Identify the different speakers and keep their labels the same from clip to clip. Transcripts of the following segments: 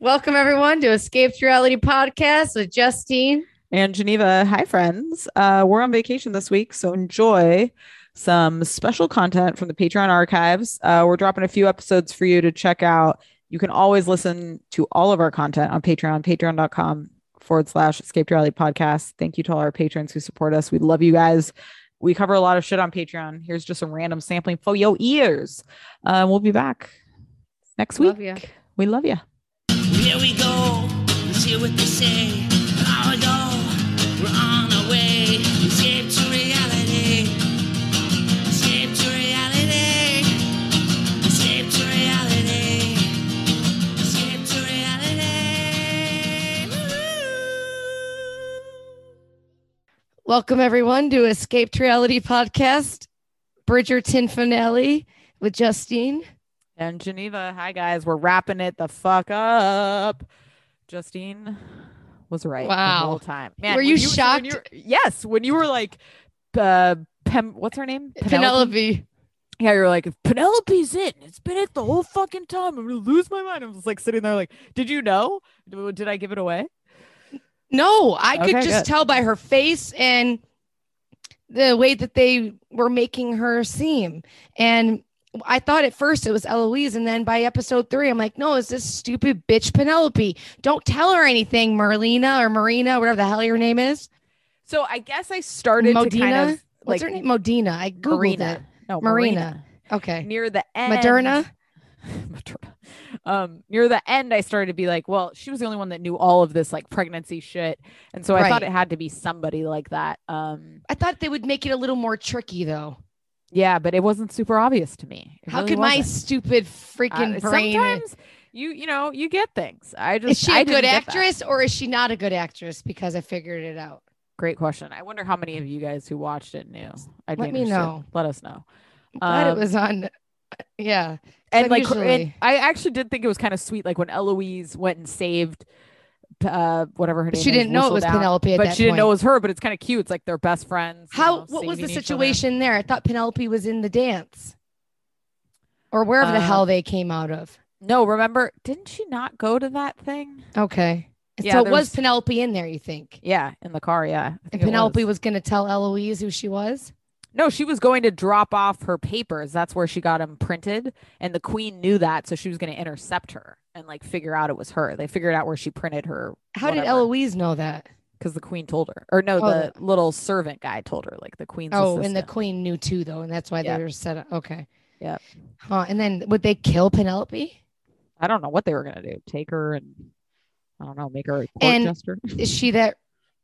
Speaker 1: Welcome, everyone, to Escaped Reality Podcast with Justine.
Speaker 2: and Geneva. Hi, friends. Uh, we're on vacation this week, so enjoy some special content from the Patreon archives. Uh, we're dropping a few episodes for you to check out. You can always listen to all of our content on Patreon, patreon.com forward slash escape reality podcast. Thank you to all our patrons who support us. We love you guys. We cover a lot of shit on Patreon. Here's just some random sampling for your ears. Uh, we'll be back next week.
Speaker 1: Love ya.
Speaker 2: We love you.
Speaker 3: Here we go, let's hear what they say. An hour ago, we're on our way. Escape to reality. Escape to reality. Escape to reality. Escape to reality. Woo-hoo.
Speaker 1: Welcome, everyone, to Escaped Reality Podcast Bridgerton finale with Justine.
Speaker 2: And Geneva, hi guys, we're wrapping it the fuck up. Justine was right the
Speaker 1: Wow.
Speaker 2: whole time. Man,
Speaker 1: Were
Speaker 2: when
Speaker 1: you
Speaker 2: so when
Speaker 1: shocked?
Speaker 2: you were- yes, when you were like, uh, Pem, what's her name?
Speaker 1: Penelope.
Speaker 2: Yeah, you were like, Penelope's it. and It's been it the whole fucking time. I'm gonna lose my mind. I was like sitting there, like, did you know? D- Did I give it away?
Speaker 1: No, I could
Speaker 2: Okay,
Speaker 1: just
Speaker 2: good.
Speaker 1: tell by her face and the way that they were making her seem. And I thought at first it was Eloise. And then by episode three, I'm like, no, it's this stupid bitch Penelope. Don't tell her anything, Merlina or Marina, whatever the hell your name is.
Speaker 2: So I guess I started to kind
Speaker 1: Modena?
Speaker 2: of
Speaker 1: What's
Speaker 2: like
Speaker 1: her name? Modena. I Googled
Speaker 2: Marina. No,
Speaker 1: Marina. it.
Speaker 2: Marina.
Speaker 1: Okay.
Speaker 2: Near the end.
Speaker 1: Moderna.
Speaker 2: Moderna. Um, near the end, I started to be like, well, she was the only one that knew all of this like pregnancy shit, and so I thought
Speaker 1: Right.
Speaker 2: it had to be somebody like that. Um,
Speaker 1: I thought they would make it a little more tricky though.
Speaker 2: yeah, but it wasn't super obvious to me. It
Speaker 1: How
Speaker 2: really
Speaker 1: could my
Speaker 2: wasn't.
Speaker 1: stupid freaking
Speaker 2: Uh,
Speaker 1: brain?
Speaker 2: sometimes you you know you get things. I just
Speaker 1: is she
Speaker 2: a
Speaker 1: a good actress or is she not a good actress? Because I figured it out.
Speaker 2: Great question. I wonder how many of you guys who watched it knew. I'd be
Speaker 1: Let me
Speaker 2: interested.
Speaker 1: know.
Speaker 2: Let us know.
Speaker 1: Glad
Speaker 2: Um,
Speaker 1: it was on. Yeah.
Speaker 2: and
Speaker 1: But
Speaker 2: like her- and
Speaker 1: usually-
Speaker 2: I actually did think it was kind of sweet, like when Eloise went and saved uh whatever her name.
Speaker 1: She
Speaker 2: is,
Speaker 1: didn't know it was
Speaker 2: Whistledown,
Speaker 1: Penelope at
Speaker 2: but
Speaker 1: that
Speaker 2: she didn't know it
Speaker 1: point.
Speaker 2: was her. But it's kind of cute. It's like they're best friends. you
Speaker 1: How
Speaker 2: know,
Speaker 1: what was the
Speaker 2: saving each other.
Speaker 1: situation there? I thought Penelope was in the dance. Or wherever the
Speaker 2: Uh,
Speaker 1: hell they came out of.
Speaker 2: No, remember? Didn't she not go to that thing?
Speaker 1: Okay.
Speaker 2: yeah,
Speaker 1: so it
Speaker 2: there
Speaker 1: was
Speaker 2: was-
Speaker 1: Penelope in there, you think?
Speaker 2: Yeah, in the car. Yeah, I
Speaker 1: And
Speaker 2: think it
Speaker 1: Penelope was going to tell Eloise who she was.
Speaker 2: No, she was going to drop off her papers. That's where she got them printed, and the queen knew that, so she was going to intercept her and like figure out it was her. They figured out where she printed her.
Speaker 1: How did
Speaker 2: whatever.
Speaker 1: Eloise know that?
Speaker 2: because the queen told her, or no,
Speaker 1: Oh,
Speaker 2: the little servant guy told her, like the queen's.
Speaker 1: Oh,
Speaker 2: assistant.
Speaker 1: and the queen knew too, though, and that's why
Speaker 2: Yep.
Speaker 1: they were set up. Okay.
Speaker 2: Yep.
Speaker 1: Huh. And then would they kill Penelope?
Speaker 2: I don't know what they were gonna do. Take her and I don't know, make her a court
Speaker 1: And-
Speaker 2: jester,
Speaker 1: Is she that?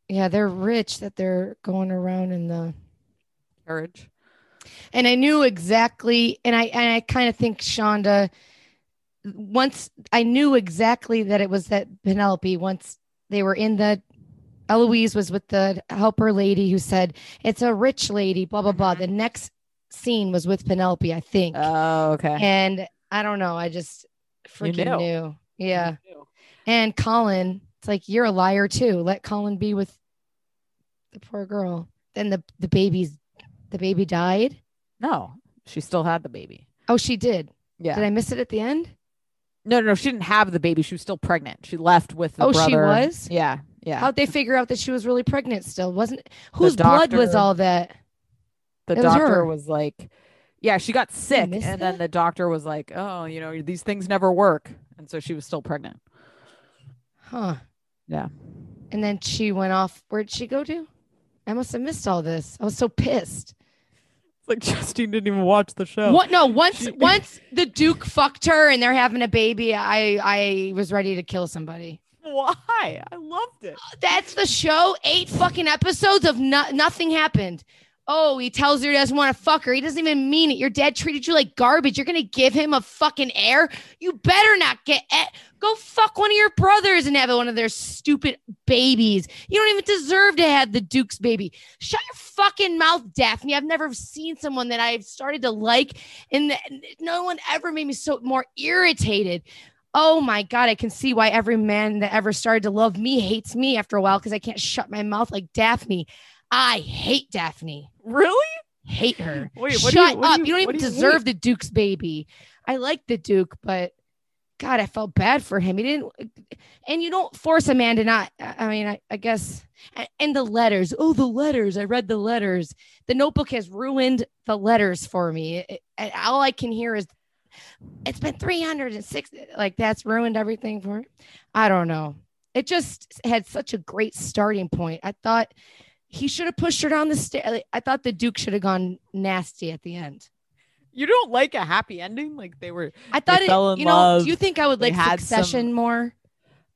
Speaker 1: Yeah, they're rich that they're going around in the.
Speaker 2: carriage.
Speaker 1: And I knew exactly, and I and I kind of think Shonda. Once I knew exactly that it was that Penelope. Once they were in the, Eloise was with the helper lady who said it's a rich lady. Blah blah blah.
Speaker 2: Mhm.
Speaker 1: The next scene was with Penelope, I think.
Speaker 2: Oh, okay.
Speaker 1: and I don't know. I just freaking
Speaker 2: knew.
Speaker 1: knew. Yeah. And Colin, it's like you're a liar too. Let Colin be with the poor girl. Then the the baby's the baby died.
Speaker 2: No, she still had the baby.
Speaker 1: Oh, she did.
Speaker 2: Yeah.
Speaker 1: Did I miss it at the end?
Speaker 2: no, no, no, she didn't have the baby. She was still pregnant. She left with the
Speaker 1: Oh, she
Speaker 2: brother.
Speaker 1: was?
Speaker 2: Yeah, yeah.
Speaker 1: How'd they figure out that she was really pregnant still? Wasn't whose blood was
Speaker 2: doctor-
Speaker 1: all that?
Speaker 2: the
Speaker 1: it was
Speaker 2: doctor
Speaker 1: her.
Speaker 2: was like, yeah, she got sick, and
Speaker 1: missed
Speaker 2: then
Speaker 1: that?
Speaker 2: the doctor was like, oh, you know, these things never work, and so she was still pregnant.
Speaker 1: Huh.
Speaker 2: Yeah.
Speaker 1: And then she went off. Where'd she go to? I must have missed all this. I was so pissed.
Speaker 2: Like Justine didn't even watch the show.
Speaker 1: What? No. Once
Speaker 2: She-
Speaker 1: once the Duke fucked her and they're having a baby, I I was ready to kill somebody.
Speaker 2: Why? I loved it.
Speaker 1: That's the show. Eight fucking episodes of no- nothing happened. Oh, he tells her he doesn't want to fuck her. He doesn't even mean it. Your dad treated you like garbage. You're gonna give him a fucking heir. You better not get. eh, Go fuck one of your brothers and have one of their stupid babies. You don't even deserve to have the Duke's baby. Shut your fucking mouth, Daphne. I've never seen someone that I've started to like, and th- no one ever made me so more irritated. Oh my God, I can see why every man that ever started to love me hates me after a while because I can't shut my mouth like Daphne. I hate Daphne.
Speaker 2: Really?
Speaker 1: Hate her.
Speaker 2: Wait,
Speaker 1: Shut
Speaker 2: what do you- what do
Speaker 1: up.
Speaker 2: you-
Speaker 1: You, don't
Speaker 2: what
Speaker 1: even
Speaker 2: do you
Speaker 1: deserve the Duke's baby. I like the Duke, but God, I felt bad for him. He didn't and you don't force a man to not i I mean i, I guess a- and the letters oh the letters i read the letters the notebook has ruined the letters for me It- and all i can hear is it's been 306 like that's ruined everything for me i don't know it just had such a great starting point i thought he should have pushed her down the stairs i thought the duke should have gone nasty at the end
Speaker 2: You don't like a happy ending? Like they were
Speaker 1: i thought it
Speaker 2: fell in
Speaker 1: you know
Speaker 2: love.
Speaker 1: do you think i would
Speaker 2: They
Speaker 1: like
Speaker 2: had
Speaker 1: succession more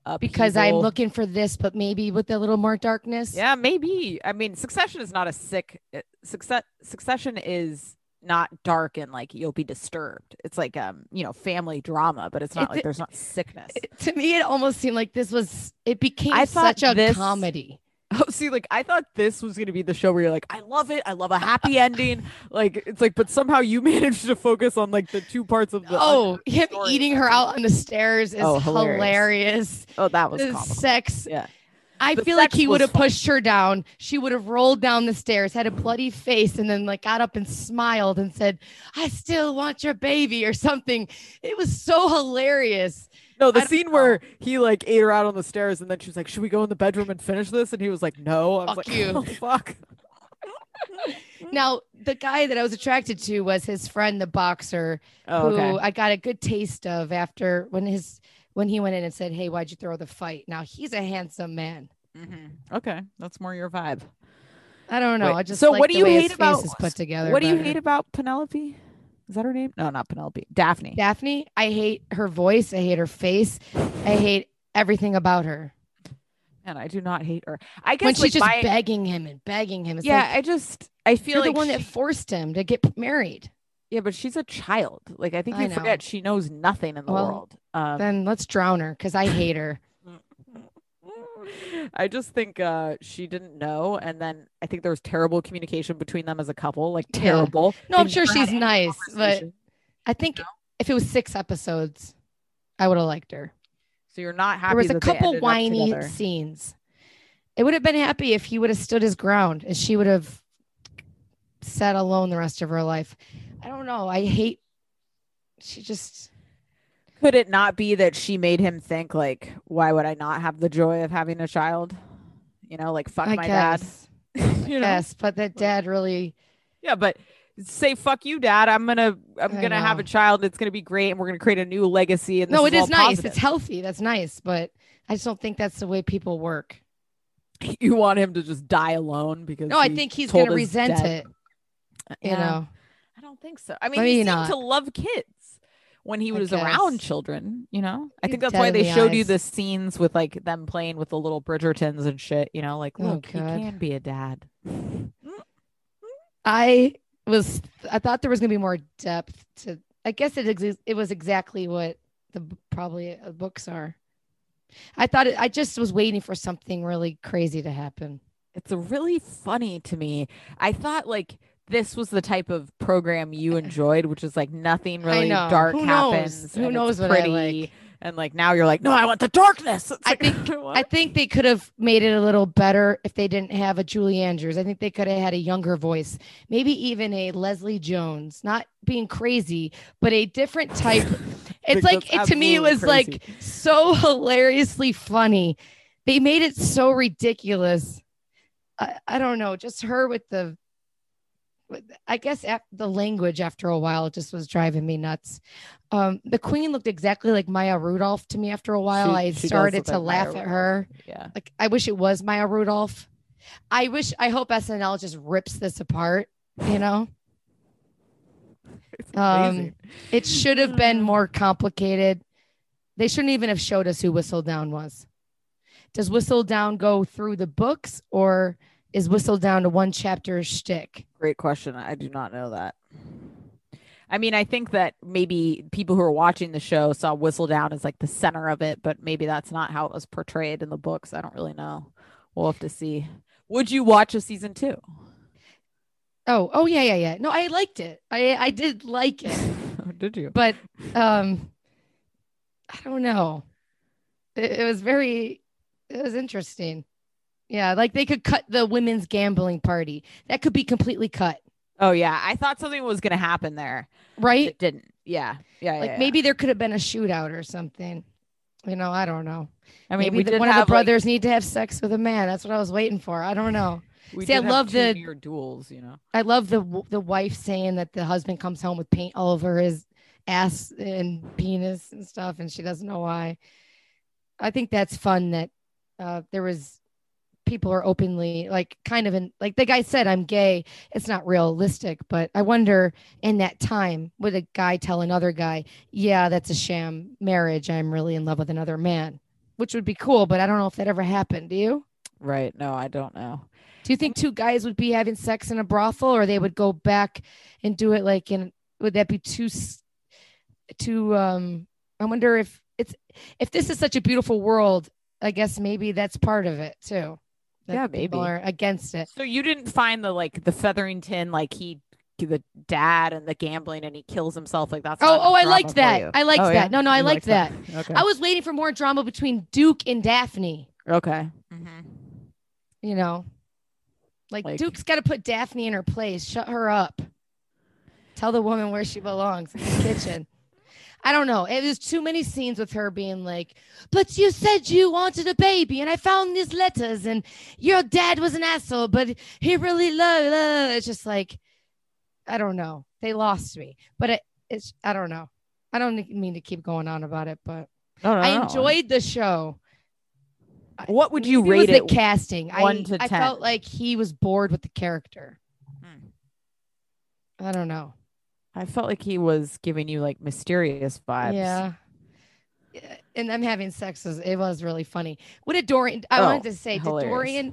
Speaker 2: upheaval.
Speaker 1: because I'm looking for this, but maybe with a little more darkness.
Speaker 2: Yeah, maybe. I mean, Succession is not a sick it- success. Succession is not dark and like you'll be disturbed. It's like um, you know, family drama, but it's
Speaker 1: It-
Speaker 2: not like there's not sickness.
Speaker 1: It- to me, it almost seemed like this was. It became
Speaker 2: I thought
Speaker 1: such a
Speaker 2: this-
Speaker 1: comedy.
Speaker 2: Oh, see, like I thought this was gonna be the show where you're like, I love it, I love a happy ending. Like it's like, but somehow you managed to focus on like the two parts of the.
Speaker 1: Oh, him
Speaker 2: story
Speaker 1: eating her out on the stairs is
Speaker 2: Oh,
Speaker 1: hilarious.
Speaker 2: hilarious. oh, that was
Speaker 1: The
Speaker 2: comical.
Speaker 1: sex.
Speaker 2: Yeah.
Speaker 1: I
Speaker 2: The
Speaker 1: feel like
Speaker 2: sex
Speaker 1: he
Speaker 2: was
Speaker 1: would have
Speaker 2: fun.
Speaker 1: pushed her down. She would have rolled down the stairs, had a bloody face, and then like got up and smiled and said, "I still want your baby" or something. It was so hilarious.
Speaker 2: No, the
Speaker 1: don't
Speaker 2: scene where he like ate her out on the stairs, and then she was like, "Should we go in the bedroom and finish this?" And he was like, "No." I
Speaker 1: Fuck
Speaker 2: was like,
Speaker 1: you.
Speaker 2: "Oh, fuck. Mm.
Speaker 1: Now, the guy that I was attracted to was his friend, the boxer.
Speaker 2: Oh, okay.
Speaker 1: who I got a good taste of after when his when he went in and said, "Hey, why'd you throw the fight?" Now he's a handsome man.
Speaker 2: Okay, that's more your vibe.
Speaker 1: I don't know.
Speaker 2: Wait,
Speaker 1: I just
Speaker 2: so
Speaker 1: like
Speaker 2: what
Speaker 1: the
Speaker 2: do you
Speaker 1: way his
Speaker 2: hate about-
Speaker 1: face is put together?
Speaker 2: what do you
Speaker 1: better.
Speaker 2: hate about Penelope? Is that her name? No, not Penelope. Daphne.
Speaker 1: Daphne? I hate her voice. I hate her face. I hate everything about her.
Speaker 2: And I do not hate her. I guess
Speaker 1: When she's
Speaker 2: like,
Speaker 1: just
Speaker 2: my-
Speaker 1: begging him and begging him, it's
Speaker 2: yeah,
Speaker 1: like
Speaker 2: I just I feel
Speaker 1: you're
Speaker 2: like
Speaker 1: the one that
Speaker 2: she-
Speaker 1: forced him to get married.
Speaker 2: yeah, but she's a child. Like I think
Speaker 1: I
Speaker 2: you
Speaker 1: know.
Speaker 2: forget she knows nothing in the
Speaker 1: Well,
Speaker 2: world. Um,
Speaker 1: Then let's drown her because I hate her.
Speaker 2: I just think uh, she didn't know, and then I think there was terrible communication between them as a couple, like
Speaker 1: Yeah.
Speaker 2: terrible.
Speaker 1: No, I'm
Speaker 2: They
Speaker 1: sure
Speaker 2: never had
Speaker 1: she's
Speaker 2: any
Speaker 1: nice, but
Speaker 2: conversation.
Speaker 1: I think if it was six episodes, I would have liked her.
Speaker 2: so you're not happy.
Speaker 1: there was a
Speaker 2: that they
Speaker 1: couple
Speaker 2: ended up
Speaker 1: whiny
Speaker 2: together.
Speaker 1: scenes. It would have been happy if he would have stood his ground and she would have sat alone the rest of her life. I don't know. I hate. She just.
Speaker 2: Could it not be that she made him think like, why would I not have the joy of having a child? You know, like fuck
Speaker 1: I
Speaker 2: my
Speaker 1: guess.
Speaker 2: dad. you know?
Speaker 1: Yes, but that dad really.
Speaker 2: Yeah, but say fuck you, dad. I'm gonna I'm
Speaker 1: I
Speaker 2: gonna have
Speaker 1: know.
Speaker 2: a child. It's gonna be great, and we're gonna create a new legacy. And
Speaker 1: No,
Speaker 2: this
Speaker 1: it is
Speaker 2: all
Speaker 1: nice. It's
Speaker 2: positive."
Speaker 1: healthy. That's nice, but I just don't think that's the way people work.
Speaker 2: you want him to just die alone because
Speaker 1: No, I
Speaker 2: he
Speaker 1: think he's
Speaker 2: told
Speaker 1: gonna
Speaker 2: his
Speaker 1: resent
Speaker 2: dad-
Speaker 1: it. You
Speaker 2: Yeah.
Speaker 1: know.
Speaker 2: I don't think so. I mean,
Speaker 1: Maybe
Speaker 2: he seemed
Speaker 1: not.
Speaker 2: to love kids when he
Speaker 1: I
Speaker 2: was around
Speaker 1: guess.
Speaker 2: children. You know, I
Speaker 1: He's
Speaker 2: think that's
Speaker 1: dead
Speaker 2: why
Speaker 1: in
Speaker 2: they
Speaker 1: the
Speaker 2: showed you
Speaker 1: eyes.
Speaker 2: the scenes with like them playing with the little Bridgertons and shit. You know, like
Speaker 1: Oh,
Speaker 2: look, he
Speaker 1: God.
Speaker 2: can be a dad.
Speaker 1: I was I thought there was going to be more depth to I guess it exi- it was exactly what the b- probably uh, books are. I thought it, I just was waiting for something really crazy to happen.
Speaker 2: It's really funny to me. I thought like this was the type of program you enjoyed, which is like nothing really
Speaker 1: Eh. know.
Speaker 2: dark
Speaker 1: Who knows?
Speaker 2: happens.
Speaker 1: Who
Speaker 2: and it's
Speaker 1: knows what I
Speaker 2: pretty.
Speaker 1: like.
Speaker 2: And like now you're like, no, I want the darkness. It's
Speaker 1: I
Speaker 2: like,
Speaker 1: think-
Speaker 2: what?
Speaker 1: I think they could have made it a little better if they didn't have a Julie Andrews. I think they could have had a younger voice, maybe even a Leslie Jones, not being crazy, but a different type. it's
Speaker 2: Think
Speaker 1: like it,
Speaker 2: that's
Speaker 1: to me, it
Speaker 2: absolutely
Speaker 1: was
Speaker 2: crazy.
Speaker 1: like so hilariously funny. They made it so ridiculous. I, I don't know, just her with the. with- I guess af- the language after a while just was driving me nuts. Um, the queen looked exactly like Maya Rudolph to me after a while.
Speaker 2: She-
Speaker 1: I
Speaker 2: she does
Speaker 1: started
Speaker 2: look
Speaker 1: to
Speaker 2: like Maya
Speaker 1: laugh at
Speaker 2: Rudolph.
Speaker 1: her
Speaker 2: yeah.
Speaker 1: like I wish it was Maya Rudolph. I wish I hope SNL just rips this apart, you know.
Speaker 2: It's
Speaker 1: Um,
Speaker 2: amazing.
Speaker 1: It should have been more complicated. They shouldn't even have showed us who Whistle Down was. Does Whistle Down go through the books or is Whistle Down a one chapter shtick?
Speaker 2: Great question. I do not know that. I mean, I think that maybe people who are watching the show saw Whistle Down as like the center of it, but maybe that's not how it was portrayed in the books. I don't really know. We'll have to see. Would you watch a season two?
Speaker 1: Oh, oh yeah, yeah, yeah. No, I liked it. I I did like it,
Speaker 2: Did you?
Speaker 1: but um I don't know. It, it was very it was interesting. Yeah, like they could cut the women's gambling party. That could be completely cut.
Speaker 2: Oh yeah, I thought something was gonna happen there.
Speaker 1: right?
Speaker 2: It didn't. Yeah, yeah.
Speaker 1: Like
Speaker 2: yeah, yeah.
Speaker 1: maybe there could have been a shootout or something. You know, I don't know.
Speaker 2: I mean,
Speaker 1: Maybe
Speaker 2: we
Speaker 1: the-
Speaker 2: did
Speaker 1: one
Speaker 2: have
Speaker 1: of the brothers need to have sex with a man. That's what I was waiting for. I don't know.
Speaker 2: Like, we
Speaker 1: See, I
Speaker 2: did have
Speaker 1: love the-
Speaker 2: two near duels. You know,
Speaker 1: I love the w- the wife saying that the husband comes home with paint all over his ass and penis and stuff, and she doesn't know why. I think that's fun that uh, there was people are openly like kind of in like the guy said I'm gay. It's not realistic, but I wonder in that time would a guy tell another guy, "Yeah, that's a sham marriage. I'm really in love with another man," which would be cool, but I don't know if that ever happened. Do you?
Speaker 2: right? No, I don't know.
Speaker 1: Do you think two guys would be having sex in a brothel, or they would go back and do it like in? Would that be too, s- too? Um, I wonder if it's if this is such a beautiful world. I guess maybe that's part of it too. that
Speaker 2: Yeah,
Speaker 1: people
Speaker 2: maybe.
Speaker 1: are against it.
Speaker 2: So you didn't find the like the Featherington, like he the dad and the gambling, and he kills himself. Like that's
Speaker 1: Oh, oh, I liked that. I liked
Speaker 2: Oh, yeah?
Speaker 1: that. No, no, I
Speaker 2: You
Speaker 1: liked that.
Speaker 2: Okay.
Speaker 1: I was waiting for more drama between Duke and Daphne.
Speaker 2: okay.
Speaker 1: Mm-hmm. You know, like,
Speaker 2: Like-
Speaker 1: Duke's got to put Daphne in her place. Shut her up. Tell the woman where she belongs in the kitchen. I don't know. It was too many scenes with her being like, "But you said you wanted a baby, and I found these letters, and your dad was an asshole, but he really loved." It's just like, I don't know. They lost me, but it, it's I don't know. I don't mean to keep going on about it, but
Speaker 2: No, no,
Speaker 1: I
Speaker 2: no.
Speaker 1: enjoyed the show.
Speaker 2: What would you
Speaker 1: Maybe
Speaker 2: rate
Speaker 1: it
Speaker 2: it?
Speaker 1: was the casting? I,
Speaker 2: one to
Speaker 1: I
Speaker 2: 10?
Speaker 1: felt like he was bored with the character.
Speaker 2: Hmm.
Speaker 1: I don't know.
Speaker 2: I felt like he was giving you like mysterious vibes.
Speaker 1: Yeah. Yeah, And them having sex was it was really funny. What did Dorian? I
Speaker 2: Oh,
Speaker 1: wanted to say,
Speaker 2: hilarious.
Speaker 1: did Dorian?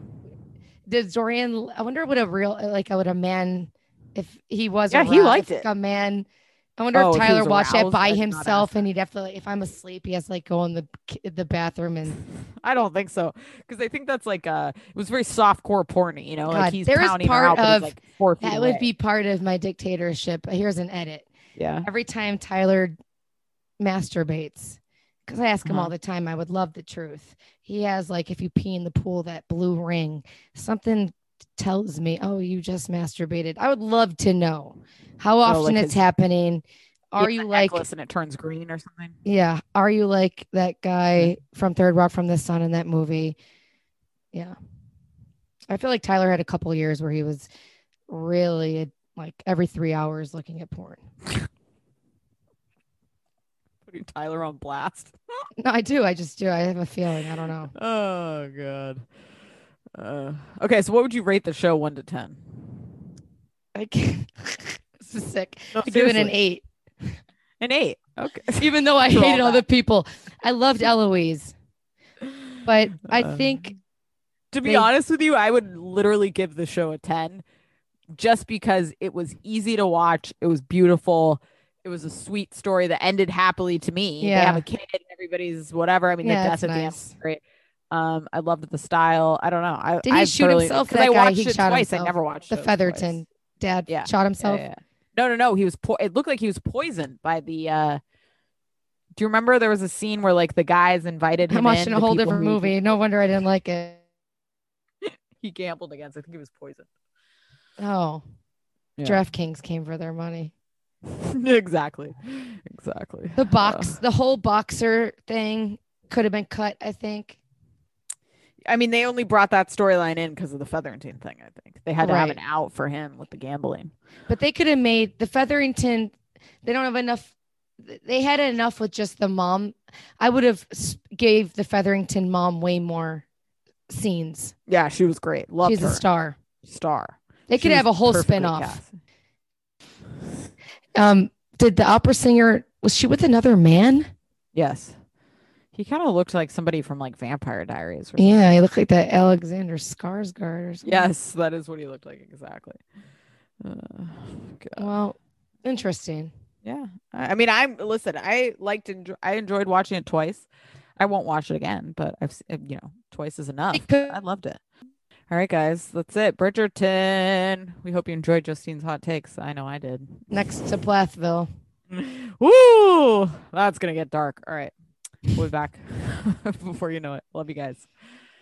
Speaker 1: Did Dorian? I wonder what a real like what a man if he was.
Speaker 2: Yeah, he
Speaker 1: aroused,
Speaker 2: liked
Speaker 1: like
Speaker 2: it.
Speaker 1: A man. I wonder
Speaker 2: Oh, if
Speaker 1: if
Speaker 2: he
Speaker 1: Tyler
Speaker 2: was
Speaker 1: watched that
Speaker 2: aroused,
Speaker 1: by
Speaker 2: I'd not
Speaker 1: himself,
Speaker 2: ask
Speaker 1: and he'd have to. Like, if I'm asleep, he has to like go in the the bathroom and
Speaker 2: I don't think so because I think that's like uh it was very soft core porny, you know, like
Speaker 1: God,
Speaker 2: he's
Speaker 1: there is
Speaker 2: pounding her
Speaker 1: part
Speaker 2: out, but he's,
Speaker 1: of-
Speaker 2: like four feet
Speaker 1: that
Speaker 2: away.
Speaker 1: would be part of my dictatorship. Here's an edit.
Speaker 2: yeah.
Speaker 1: every time Tyler masturbates, because I ask him
Speaker 2: Uh-huh.
Speaker 1: all the time, I would love the truth. He has like, if you pee in the pool, that blue ring. Something tells me, oh, you just masturbated. I would love to know how often
Speaker 2: Oh, like
Speaker 1: it's
Speaker 2: his-
Speaker 1: happening. Are
Speaker 2: Yeah,
Speaker 1: you
Speaker 2: the
Speaker 1: like,
Speaker 2: necklace and it turns green or something?
Speaker 1: yeah, are you like that guy from Third Rock from the Sun in that movie? Yeah, I feel like Tyler had a couple years where he was really like every three hours looking at porn.
Speaker 2: Putting Tyler on blast.
Speaker 1: No, I do. I just do. I have a feeling. I don't know.
Speaker 2: Oh god. Uh, okay, so what would you rate the show one to ten?
Speaker 1: I can't. this is sick.
Speaker 2: No,
Speaker 1: I give it an
Speaker 2: seriously.
Speaker 1: eight,
Speaker 2: An eight. Okay.
Speaker 1: even though I
Speaker 2: After all
Speaker 1: hated all
Speaker 2: that.
Speaker 1: the people. I loved Eloise, but I
Speaker 2: Uh,
Speaker 1: think
Speaker 2: to be
Speaker 1: they-
Speaker 2: honest with you, I would literally give the show a 10 just because it was easy to watch. It was beautiful. It was a sweet story that ended happily to me. They have
Speaker 1: Yeah.
Speaker 2: a kid, everybody's whatever. I mean,
Speaker 1: Yeah,
Speaker 2: the
Speaker 1: that's
Speaker 2: death at the end
Speaker 1: nice.
Speaker 2: was great. Um, I loved the style. I don't know. I
Speaker 1: Did he
Speaker 2: I
Speaker 1: shoot
Speaker 2: thoroughly-
Speaker 1: himself?
Speaker 2: 'cause
Speaker 1: That
Speaker 2: I
Speaker 1: guy,
Speaker 2: watched
Speaker 1: he
Speaker 2: it
Speaker 1: shot
Speaker 2: twice. I
Speaker 1: himself.
Speaker 2: never watched
Speaker 1: the
Speaker 2: shows
Speaker 1: Featherton
Speaker 2: twice.
Speaker 1: dad
Speaker 2: Yeah.
Speaker 1: shot
Speaker 2: Yeah,
Speaker 1: himself.
Speaker 2: yeah, yeah. No, no, no. He was po- it looked like he was poisoned by the uh do you remember there was a scene where like the guys invited him
Speaker 1: I'm watching
Speaker 2: in,
Speaker 1: a
Speaker 2: the
Speaker 1: whole
Speaker 2: people
Speaker 1: different
Speaker 2: who
Speaker 1: movie. No wonder I didn't like it.
Speaker 2: He gambled against. I think he was poisoned.
Speaker 1: Oh,
Speaker 2: Yeah.
Speaker 1: DraftKings came for their money.
Speaker 2: exactly. Exactly.
Speaker 1: The
Speaker 2: Uh,
Speaker 1: box, the whole boxer thing could have been cut. I think.
Speaker 2: I mean, they only brought that storyline in because of the Featherington thing, I think. They had to have
Speaker 1: Right.
Speaker 2: an out for him with the gambling.
Speaker 1: But they could have made the Featherington. They don't have enough. They had enough with just the mom. I would have s- gave the Featherington mom way more scenes.
Speaker 2: Yeah, she was great. Loved
Speaker 1: She's
Speaker 2: her.
Speaker 1: a star.
Speaker 2: Star.
Speaker 1: They
Speaker 2: She
Speaker 1: could
Speaker 2: was
Speaker 1: have a whole
Speaker 2: perfectly
Speaker 1: spinoff.
Speaker 2: cast.
Speaker 1: Um, did the opera singer was she with another man?
Speaker 2: Yes. He kind of looked like somebody from like Vampire Diaries. Or
Speaker 1: Yeah, he looked like that Alexander Skarsgård or something.
Speaker 2: Yes, that is what he looked like exactly. Uh, God.
Speaker 1: Well, interesting.
Speaker 2: yeah, I, I mean, I'm listen. I liked and I enjoyed watching it twice. I won't watch it again, but I've s- uh, you know twice is enough.
Speaker 1: could-
Speaker 2: I loved it. All right, guys, that's it. Bridgerton. We hope you enjoyed Justine's hot takes. I know I did.
Speaker 1: Next to Blathville.
Speaker 2: Woo! That's gonna get dark. All right, we'll be back before you know it. Love you guys.